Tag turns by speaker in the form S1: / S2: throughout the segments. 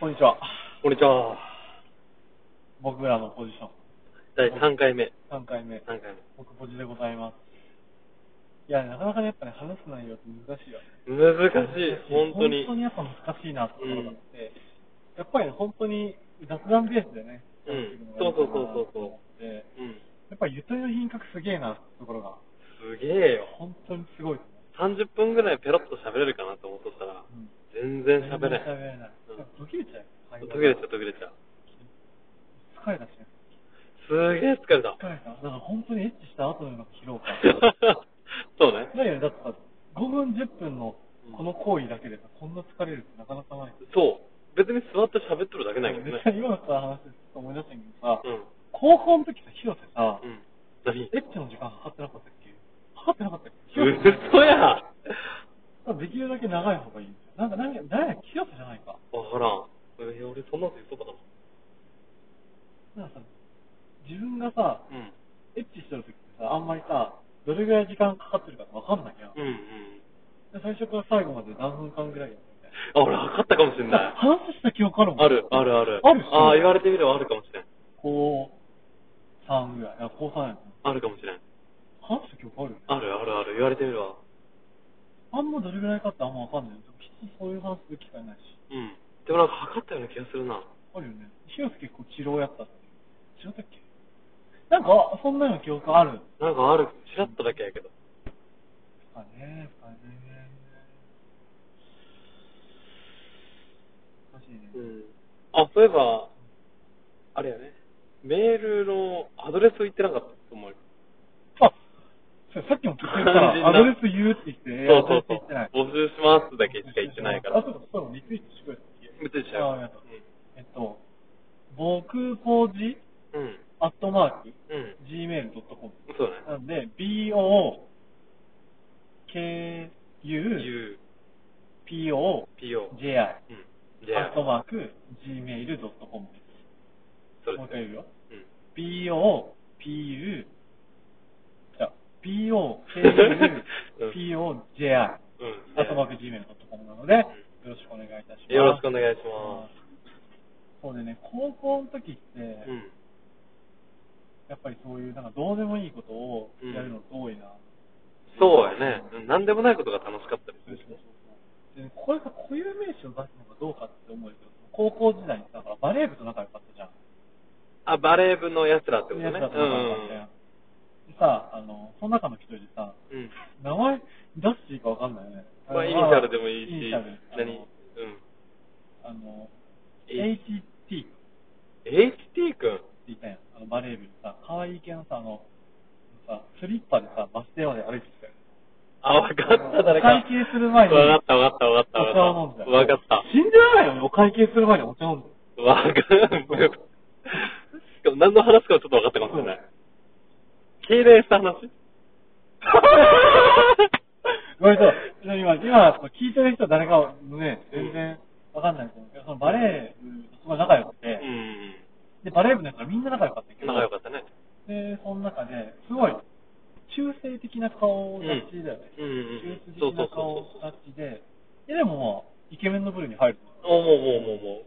S1: こんにちは。
S2: こんにちは。
S1: 僕らのポジション。
S2: 第3回目。
S1: 3回目。
S2: 三回
S1: 僕ポジでございます。いや、なかなかね、やっぱね、話す内容って難しいよね。
S2: 目。難しい。本当に。
S1: 本当にやっぱ難しいなってことがあって、やっぱりね、本当に雑談ベースでね、
S2: うん
S1: やっていくのがいいかなと思って
S2: そうそうそううん。
S1: やっぱりゆとりの品格すげえなってところが、
S2: すげえよ。
S1: 本当にすごいと
S2: 30分ぐらいペロッと喋れるかなと思っとったら、
S1: 思う。うん
S2: 全然喋れ
S1: 全然喋
S2: ん。
S1: れない。
S2: うん
S1: やっぱ途切れちゃうよ。
S2: 途切れちゃう、途切れちゃう。
S1: 疲れたしね。
S2: すげえ疲れ た。
S1: 疲れた。だから本当にエッチした後のような疲労感。
S2: そうね。
S1: だよね、だってさ、5分、10分のこの行為だけでさ、こんな疲れるってなかなかない。
S2: そう。別に座って喋っとるだけなんやけどね
S1: 実。際今のさ、話でちょっと思い出したんやけどさ、
S2: うん。
S1: 高校の時さ、広瀬さ、
S2: うん。何
S1: エッチの時間測ってなかったっけ測ってなかったっけ
S2: 嘘やわ
S1: さできるだけ長い方がいいんですよ。なんか、何や、誰や、広瀬じゃないか。
S2: からん。え、俺そんなこと言っとったか
S1: なんかさ、自分がさ、
S2: なうん。
S1: エッチしてる時ってさ、あんまりさ、どれぐらい時間かかってるかわかんないやん。
S2: うんうん。
S1: で最初から最後まで何分間ぐらいやったみたいな。
S2: あ、俺分かったかもしんない。
S1: 話した記憶あるもん。
S2: ある、ある、ある。
S1: あるっしょ
S2: ああ、言われてみればあるかもしれん。
S1: 高3ぐらい。いや、高3やん。
S2: あるかもしれん。
S1: 話した記憶ある
S2: ある、ある、ある。言われてみれば。
S1: あんまどれぐらいかってあんまわかんないよ。でもきっとそういう話する機会ないし。
S2: うん。でもなんか測ったような気がするな。
S1: あるよね。広瀬結構治療やったっていう。違ったっけなんか、あそんなような記憶ある。
S2: なんかある、ちらっとだけやけど。
S1: 深いね、深いね。難しいね。
S2: うん。あ、そういえば、あれやね。メールのアドレスを言ってなかったと思うよ。
S1: あ、そうさっきも途中 からアドレス言うって言って、いや
S2: そ
S1: アドレ
S2: う
S1: ス
S2: そ
S1: 言って
S2: うそう
S1: ない。。
S2: 募集しますだけしか言ってないから。
S1: あ、そうか、そうか、リツイートしてくれたっけ
S2: 別にし
S1: ああり
S2: な
S1: が
S2: い
S1: とうえっと、僕ポジ
S2: うん。うん。
S1: アットマーク
S2: うん。
S1: gmail.com
S2: そうだね。
S1: なんで、bo, k, u,
S2: U,
S1: p, o,
S2: P, O.
S1: j, i,
S2: うん。じゃ
S1: ア
S2: あ
S1: ッ、トマーク gmail.com で
S2: そ
S1: す。もう一回
S2: れ
S1: 言うよ。
S2: うん。
S1: bo, p, u, じゃあ bo, k,
S2: うん
S1: u, p, o, j, i,
S2: うん。
S1: アットマーク gmail.com なので、よろしくお願いいたします。
S2: よろしくお願いしま
S1: そうでね、高校の時って、
S2: す。うん。
S1: やっぱりそういう、なんかどうでもいいことをやるのって多いな。
S2: そうやね。うんなんでもないことが楽しかったりす
S1: そう
S2: る
S1: そう
S2: し
S1: そう
S2: ね。
S1: そう。でね、これさ、固有名詞を出すのがどうかって思うけど、高校時代にさ、ほらバレー部と仲良かったじゃん。
S2: あ、バレー部の奴らってこと
S1: や
S2: ね。
S1: つらと仲良かったやん。でさ、あの、その中の一人でさ、
S2: うん。うん。
S1: 名前出していいかわかんないよね。
S2: まあ、イニシャルでもいい
S1: イニ
S2: し
S1: シャル、
S2: 何うん。
S1: あの、HT っ
S2: H-
S1: て
S2: HT 君
S1: 言ったやん。あの、バレー部にさ、可愛い系のさ、あの、さ、スリッパでさ、バス停まで歩いてきたよ。
S2: あ、わかった、誰か。
S1: 会計する前に
S2: わかった、わかった、わかった。
S1: お茶を飲んだよ。
S2: わかった。
S1: 信じられないよ、お会計する前にお茶飲んだよ。
S2: わかった。しかも何の話かはちょっとわかったかもしれない。敬礼した話
S1: ごめんなさい。ちなみに今、今聞いてる人誰かね、全然わかんないと思うけど、そのバレー部とすごい仲良く
S2: う
S1: て、
S2: ん。
S1: で、バレー部のやつらみんな仲良かったけど、
S2: 仲良かったね。
S1: で、その中で、すごい、中性的な顔立ちだよね。
S2: うんうん。
S1: 中性
S2: そう
S1: 的
S2: そう
S1: な顔
S2: そうそう。
S1: 立ちで、いやでも、イケメンの部類に入る。
S2: おもうもうもうも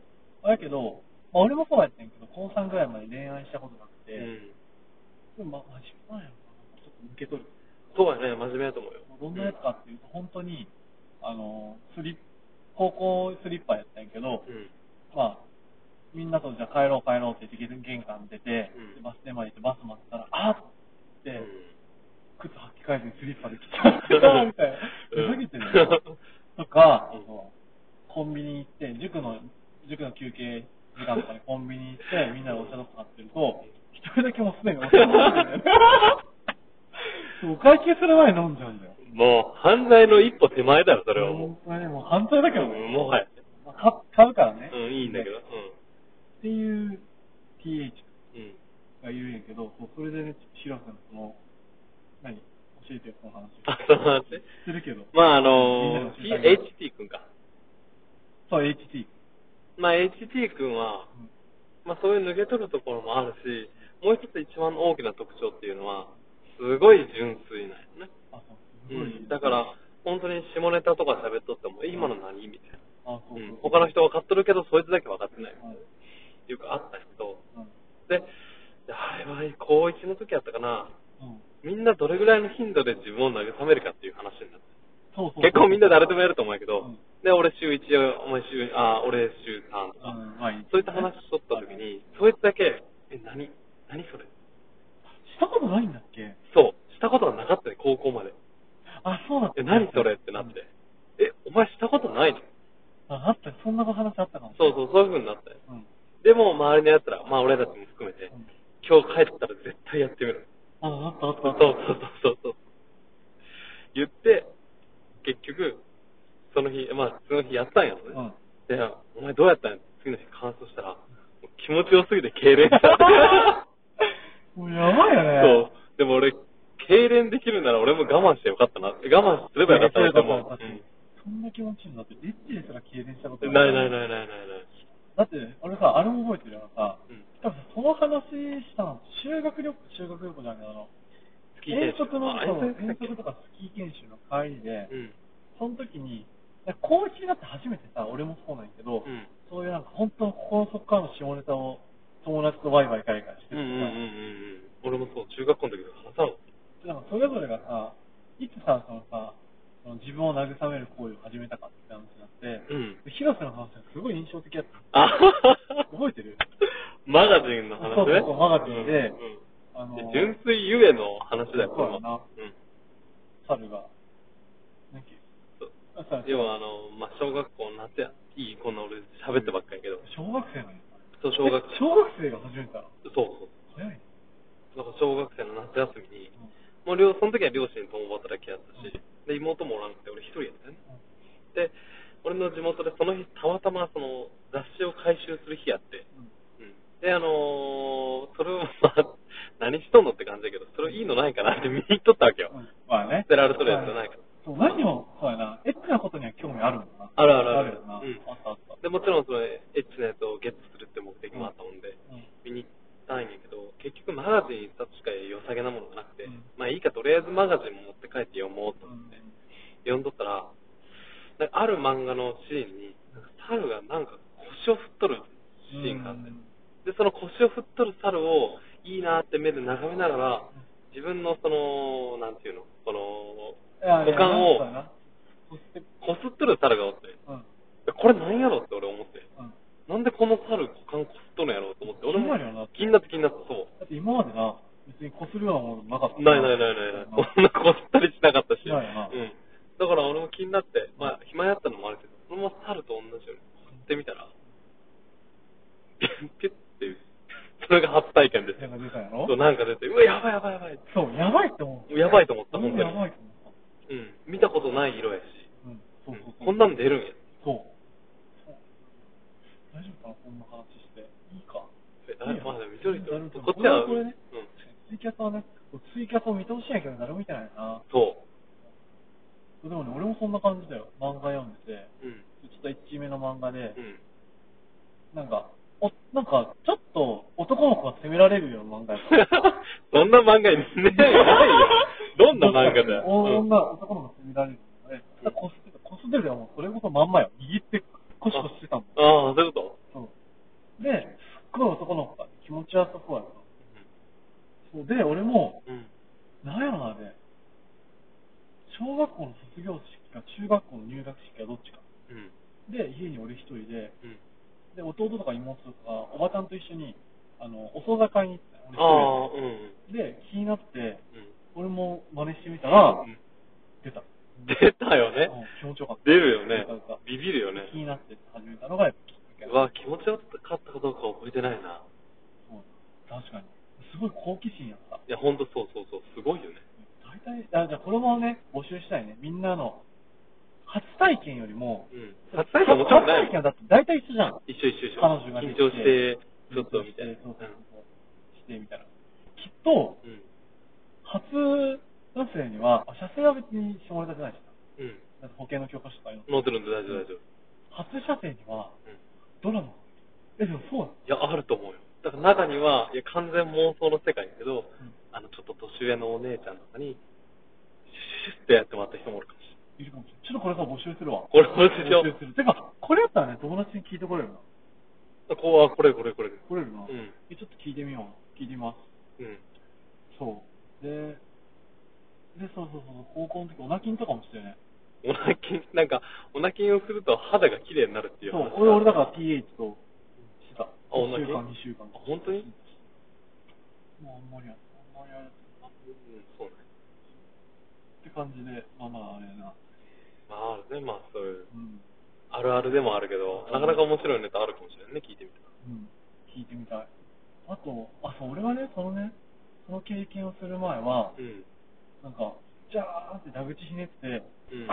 S2: う。
S1: だけど、まあ、俺もそうやってんけど、高3ぐらいまで恋愛したことなくて、で
S2: うん。
S1: もまあ、真面目なんやろな、ちょっと受け取る。
S2: そうやね、真面目だと思うよ。
S1: どんなやつかっていうと、本当に、あの、スリッ、高校スリッパやったんやけど、
S2: うん。
S1: まあ、みんなとじゃあ帰ろう帰ろうって言って玄関出て、
S2: うん
S1: でバス停まで行ってバス待ってたら、あっって、
S2: うん
S1: 靴履き替えずにスリッパで来 たみたいな。ふざけてるよ。とか、あ
S2: うん
S1: のコンビニ行って、塾の、塾の休憩時間とかにコンビニ行って、みんなでお茶とか買ってると、一人だけもうすでにお茶飲んでるんだよねそうお会計する前に飲んじゃうんだよ。
S2: もう、犯罪の一歩手前だよ、それはもう。
S1: 本当にもう反対だけどね。
S2: うんもはや。
S1: まあか買うからね。
S2: うん、いいんだけど。
S1: ねっていう TH
S2: うん。うん。
S1: がいるんやけど、そうそれでね、シロさんその、何教えてよ、この話。
S2: あ、その話ね
S1: してるけど。
S2: まあ、あのー、
S1: みんなの教えてあげ
S2: HT 君か。
S1: そう、HT。
S2: まあ、HT 君は、まあ、そういう抜け取るところもあるし、もう一つ一番大きな特徴っていうのは、すごい純粋なんよね。
S1: あ、そう、す
S2: う
S1: ごい。
S2: ん。だから、本当に下ネタとか喋っとっても、え今の何みたいな。
S1: あ、そううそ
S2: ん
S1: う。
S2: 他の人分かっとるけど、そいつだけ分かってない。
S1: うん
S2: よくあった人。
S1: うん
S2: で、であれは高1の時やったかな。
S1: うん
S2: みんなどれぐらいの頻度で自分を慰めるかっていう話になって。
S1: そうそう。
S2: 結構みんな誰で
S1: も。
S2: もやると思うんやけど、
S1: うん
S2: で、俺週1、お前週、あ、俺週3と
S1: う
S2: か、
S1: ん、まあいい。
S2: そういった話しとった時に、そいつだけ、え、何何それ
S1: したことないんだっけ
S2: そう、したことがなかったね、高校まで。
S1: あ、そうだった。
S2: え、何それってなって。え、お前したことないの
S1: あ、あった、そんな話あったかも。
S2: そうそう、そういう風になったよ。
S1: うん。
S2: でも、周りの奴ら、まあ俺たちも含めて
S1: う、ん。
S2: 今日帰ったら絶対やってみろ。
S1: あ、あったあっ
S2: そ
S1: たあ
S2: う
S1: った。
S2: そうそうそう。言って、結局、その日、まあ、その日やったんやろね。
S1: うん。
S2: で、お前どうやったんや次の日感想したら、もう気持ちよすぎて痙攣した。
S1: もうやばいよね。
S2: そう。でも俺、痙攣できるなら俺も我慢してよかったな。え我慢すればよかったなって思う。
S1: そんな気持ちになって、エッチですら痙攣したこと
S2: うんないない
S1: い。
S2: ないないないない。
S1: だって、俺さ、あれも覚えてるよ。さ、
S2: うん
S1: 多分その話したの、修学旅行、修学旅行じゃなくて、あの、
S2: スキー
S1: 遠
S2: 研修
S1: 足の、
S2: あ
S1: そう
S2: 遠
S1: 遠
S2: 足
S1: 足とかスキー研修の帰りで、
S2: うん。
S1: その時に、高一になって初めてさ、俺もそうなんやけど、
S2: うん。
S1: そういうなんか本当の心の底からの下ネタを友達とワイワイガイガイして
S2: うん
S1: る
S2: うんう
S1: さ、
S2: んうんうん。俺もそう、中学校の時とか話
S1: な
S2: さん
S1: んかそれぞれがさ、いつさ、そのさ、その自分を慰める行為を始めたかって話になって、
S2: うん。
S1: で広瀬の話がすごい印象的だった。
S2: あはは
S1: 覚えてる
S2: マガジンの話ね。
S1: そうそうそうマガジンで
S2: うんうん
S1: あのー、
S2: 純粋ゆえの話だよ、
S1: そうやな
S2: これはうん。
S1: 猿が。なんけ
S2: そう
S1: あさ
S2: 要はあの、まあ、小学校の夏や、いい、こんな俺喋ってばっかりやけど、
S1: 小学生なの
S2: そう、小学
S1: え小学生が始めたの
S2: そうそう。
S1: 早いね。
S2: だから小学生の夏休みに
S1: う、ん
S2: もう両、その時は両親とも働きやったし、で、妹もおらんくて、俺一人やったよね。で、俺の地元でその日、たまたまその雑誌を回収する日やって、うん。で、あのー、それを、まあ、何しとんのって感じだけど、それいいのないかなって見に行っとったわけよ。
S1: うんまあね
S2: 捨。てられとるやつじゃないから。
S1: そう、何を、そうやな、エッチなことには興味あるもんな。
S2: あるあるある
S1: よな。
S2: うん
S1: あったあった。
S2: で、もちろんそのエッチなやつをゲットするって目的もあったもんで、
S1: うん
S2: 見に行ったんやけど、結局マガジン一冊しか良さげなものがなくて、
S1: うん
S2: まあいいかとりあえずマガジン持って帰って読もうと思って、読んどったら、なんかある漫画のシーンに、なんか猿がなんか腰を振っとるシーンがあっ
S1: う
S2: て、
S1: ん
S2: で、その腰を振っとる猿をいいなって目で眺めながら、自分のその、なんていうの、この、
S1: いや
S2: 股間を
S1: そうやなそして、
S2: こすっとる猿がおって、
S1: うん。うん。
S2: これなんやろって俺思って。なんでこの猿股間こすっとるんやろうと思って、俺
S1: 気に
S2: も
S1: なるよな
S2: 気になって気になって、そう。
S1: だって今までな、別に擦るようなものなかった。
S2: ないないないないない。
S1: うん
S2: こ んなこったりしなかったし。
S1: ないよな
S2: うん。だから俺も気になって、まあ暇やったのもあるけど、そのまま猿と同じようにこってみたら、ピュッていう、それが初体験です
S1: 手
S2: よ。
S1: が出たんや
S2: そう
S1: ろ
S2: なんか出て、うわ、やばいやばいやばい。
S1: そう、やばいって思う。
S2: やばいと思った、
S1: うん
S2: 本当
S1: や
S2: に。
S1: ばいと思った。
S2: うん。見たことない色やし。
S1: うん、そうそう
S2: こんなん出るんや。
S1: そう。そう大丈夫かな、こんな話して。いいか。
S2: えあまあでも見とる人
S1: なるほど
S2: こっちは、
S1: これはこれね
S2: うん。
S1: ツイキャスはね、ツイキャスを見てほしいんやけど、誰も見てないな。
S2: そ
S1: でもね、俺もそんな感じだよ。漫画読んでて、
S2: う。うん。
S1: ちょっと1期目の漫画で、
S2: うん。
S1: なんか、おなんか、ちょっと男の子が責められるような漫画やった。
S2: そんな漫画にね ないよ。どんな漫画だよ。
S1: 女、
S2: うん
S1: 男の子が責められるよね。ただこすってた、こすってるよ、もうそれこそまんまよ。握って、コシコシしてたもん。
S2: ああ、そういうこ
S1: そう。で、すっごい男の子が気持ちよさそうやった。そうで、俺も、
S2: とうん。
S1: なんやろな、あれ。小学校の卒業式か中学校の入学式かどっちか。
S2: うん。
S1: で、家に俺一人で、
S2: うん。
S1: で、弟とか妹とか、おばちゃんと一緒に、あの、お惣菜買いに行った
S2: ああ、うん。
S1: 俺一人でで、気になって、
S2: うん
S1: 俺も真似してみたら
S2: う、ん
S1: 出た。
S2: 出たよね
S1: うん。気持ちよかった
S2: 出るよね
S1: 出た出た。
S2: ビビるよ
S1: 気に
S2: ね。
S1: なって始めたのが、やっぱきっかけ
S2: うわ、気持ちよかったかどうか覚えてないな。
S1: そう確かに。すごい好奇心やった。
S2: いや、ほんとそうそうそう。すごいよね。
S1: 大体、あじゃあこれもね、募集したいね。みんなの、初体験よりも、
S2: うん。初体験もちろんない
S1: 初体験だって大体一緒じゃん。
S2: 一緒一緒一緒。
S1: 彼女がで
S2: 緊
S1: き
S2: 張して、ちょっとみたいな。
S1: そうそうそうしてみたいな。きっと、
S2: うん。うん
S1: 初学生には、あ車線は別に下ネタじゃないし
S2: う
S1: な、
S2: ん。
S1: 保険の教科書とかいうの。
S2: 乗ってるんで大丈夫大丈夫。
S1: 初車線には、
S2: うん。
S1: ドラマ。え、でもそう
S2: いや、あると思うよ。だから中には、いや、完全妄想の世界やけど、
S1: うん
S2: あの、ちょっと年上のお姉ちゃんとかに、シュシュシュってやってもらった人もおるかもしれ
S1: えいる
S2: ない。
S1: かもしれない。ちょっとこれさ、募集するわ。
S2: これ募集しよ
S1: 募
S2: う
S1: する。てか、これやったらね、友達に聞いてこれるな。
S2: あこうあこれこれこれ
S1: これるな。
S2: うん
S1: えちょっと聞いてみよう。聞いてみます。
S2: うん
S1: そう。で、で、そうそうそう、高校の時、オナキンとかもしたよね。
S2: おなきんなんかおなきんをすると肌が綺麗になるっていう
S1: そ
S2: 話
S1: う、俺、俺だから TH としてた。
S2: あオナキ
S1: 1週間、2週間
S2: あ。本当にうん
S1: もうあんまりや、あんまりあれだったなっ
S2: そうね
S1: て感じで、まあまあ、あれやな。
S2: まああるねまあそういう
S1: うん。
S2: あるあるでもあるけどなかなか面白いネタあるかもしれないね聞いてみたら
S1: うん。聞いてみたい。あと、あ、そう、俺はね、そのね、その経験をする前は、
S2: うん
S1: なんか、ジャーって蛇口ひね って、
S2: うん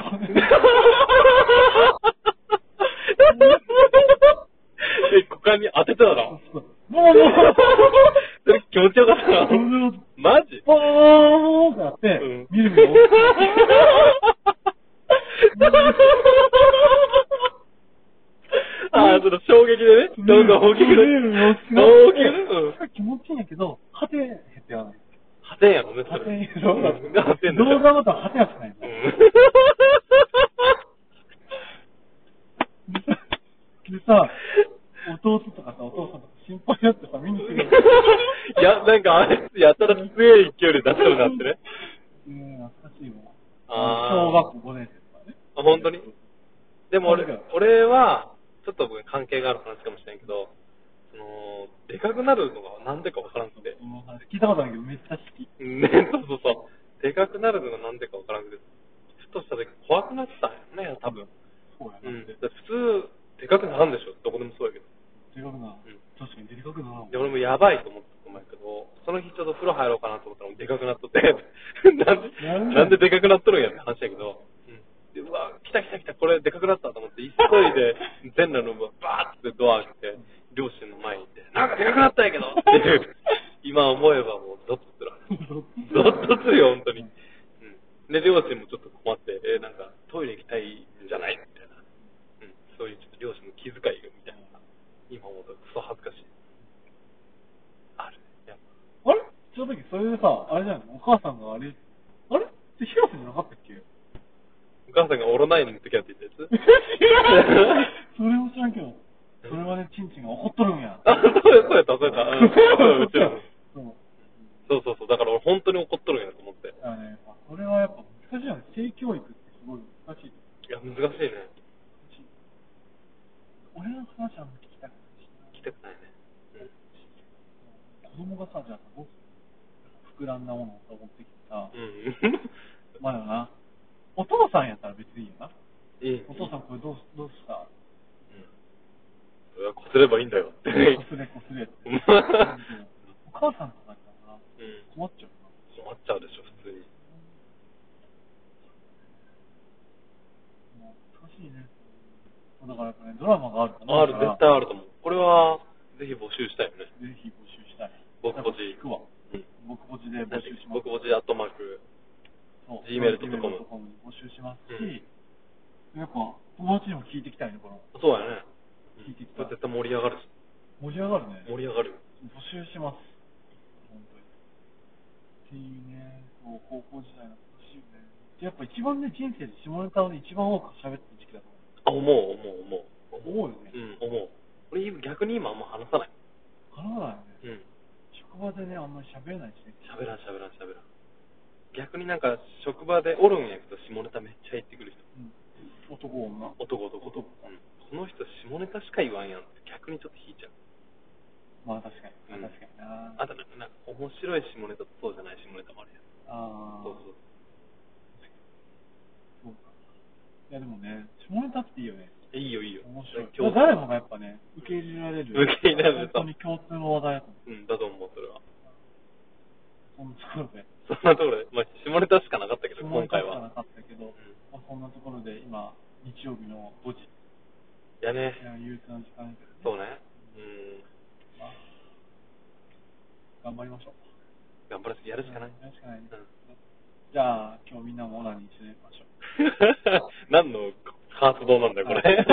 S2: え股間に当てただろ
S1: そうもう、もう、
S2: それ気持ちよかったな
S1: うん
S2: マジ
S1: ポーンってなって、
S2: うん
S1: 見る見る。
S2: ああ、その衝撃でね、どんどん大きく
S1: 見る
S2: ね。
S1: 見る
S2: 大きくね。うん。
S1: 気持ちいいんやけど、果て減ってはない。
S2: 破天やもんね、
S1: 果
S2: そ
S1: て
S2: れ。
S1: やろ
S2: うん破天だよ
S1: 動画また果てやつない。でさ、弟とかさ、お父さんとか心配になってさ、見に来てくれる。
S2: いや、なんかあれ、やたら強い勢いで出したのだってね。
S1: うん、懐かしいわ。
S2: あー
S1: 小学校5年生とかね。
S2: あ、本当にでも俺
S1: そうだよ、
S2: 俺は、ちょっと僕関係がある話かもしれんけど、その、でかくなるのがなんでかわからんくて。
S1: うん聞いたことないけど、めっちゃ好き。
S2: ね、そうそうそう。でかくなるのがなんでかわからんけど、ふとした時怖くなってたんやね、多分。
S1: そうや
S2: う
S1: な。
S2: ん。だって普通、でかくなるんでしょどこでもそうやけど。
S1: でかくな。
S2: ん
S1: 確かにでかくな。
S2: で、俺もやばいと思ったと思うんやけど、その日ちょっと風呂入ろうかなと思ったら、でかくなっとって、なんで、
S1: な
S2: なんん
S1: で
S2: ででかくなっとるんやって話やけど、うん。で、うわ、来た来た来た、これでかくなったと思って、急い で、全裸のままバーってドア開けて、両親の前に行って、なんかでかくなったんやけどって いう、今思えばもう、どっとする。ゾッとするよ、本当に。うん。で、両親もちょっと困って、えーなんか、トイレ行きたいんじゃないみたいな。うん。そういうちょっと両親の気遣いがみたいな。今思うとクソ恥ずかしい。ある。いや
S1: あれその時、それでさ、あれじゃないのお母さんがあれ、あれって広瀬じゃなかったっ け
S2: お母さんがオロナインの時やって言ったやつ
S1: それも知らんけど、それはね、ちんちんが怒っとるんや。
S2: あ、そうやそうやった、そうやった。うん、うちらも
S1: そう。
S2: そうそうそう。だから俺本当に怒っとるんやと思って。
S1: あのね、まあこれはやっぱ難しいよね。性教育ってすごい難しい。
S2: いや、難しいね。
S1: 俺の話はあんま聞きたくないし
S2: 来たくないね。うん。
S1: 子供がさ、じゃあ、どうする膨らんだものを持ってきてさ、
S2: うん。
S1: まあだな、お父さんやったら別にいいよな。
S2: いい。
S1: お父さんこれどうすどうした
S2: うん。いやこすればいいんだよって。
S1: こすれこすれって。
S2: うん
S1: お母さんとかやったらな、
S2: うん。
S1: 困っちゃうな。
S2: 困っちゃうでしょ、普通に。
S1: もう難しいね。だからやっぱね、ドラマがある
S2: ある、絶対あると思う。これは、ぜひ募集したいよね。
S1: ぜひ募集したい。
S2: 僕ぼち
S1: 聞くわ。
S2: うん。
S1: 僕ぼちで募集します。
S2: 僕ぼちアットマーク。
S1: そう
S2: gmail.com
S1: gmail.com に募集しますし、やっぱ友達にも聞いていきたいね、この。
S2: そうやね。
S1: 聞いてき
S2: こ
S1: た
S2: れ。絶対盛り上がるし。
S1: 盛り上がるね。
S2: 盛り上がるよ。
S1: 募集します。本当に。っていうね、そう高校時代の楽しいよね。でやっぱ一番ね、人生で下ネタをね、一番多く喋ってる時期だと
S2: あ、思う、思う、思う。
S1: 思うよね
S2: う。ん、思う。俺、今逆に今あんま話さない。
S1: かなわないよね。
S2: うん。
S1: 職場でね、あんまり喋れないしね。
S2: 喋らん、喋らん、喋らん。逆になんか、職場でおるんやけど、下ネタめっちゃ言ってくる人。
S1: うん。男、女。
S2: 男、男、男。うん。この人、下ネタしか言わんやんって、逆にちょっと引いちゃう。
S1: まあ確かに。
S2: うん
S1: 確かにな。
S2: あと、なんか、面白い下ネタとそうじゃない下ネタもあるやん。
S1: あー
S2: そう
S1: そ
S2: そう。
S1: うかいやでもね、下ネタっていいよね。
S2: いいよ、いいよ。
S1: 面白い。
S2: 今日
S1: 誰もがやっぱね、受け入れられる。
S2: 受け入れられる
S1: 本当に共通の話題だと思う。
S2: うん、だと思う、それは。
S1: そんなところで。
S2: そんなところで、まあ、下ネタしかなかったけど、
S1: 下ネ
S2: 今
S1: タ
S2: 回
S1: しかな
S2: は。
S1: かったけど、
S2: うん
S1: まあ、そんなところで今、日曜日の5時、
S2: いやね、
S1: 憂鬱な時間ですけ
S2: そ
S1: ど
S2: う
S1: ね、
S2: ね。うん、
S1: まあ頑張りましょう。
S2: 頑張るやるしかない。
S1: やるしかないね
S2: うん
S1: じゃあ、今日みんなもオナニーしてみましょう。
S2: 何の活動なんだよ、これ。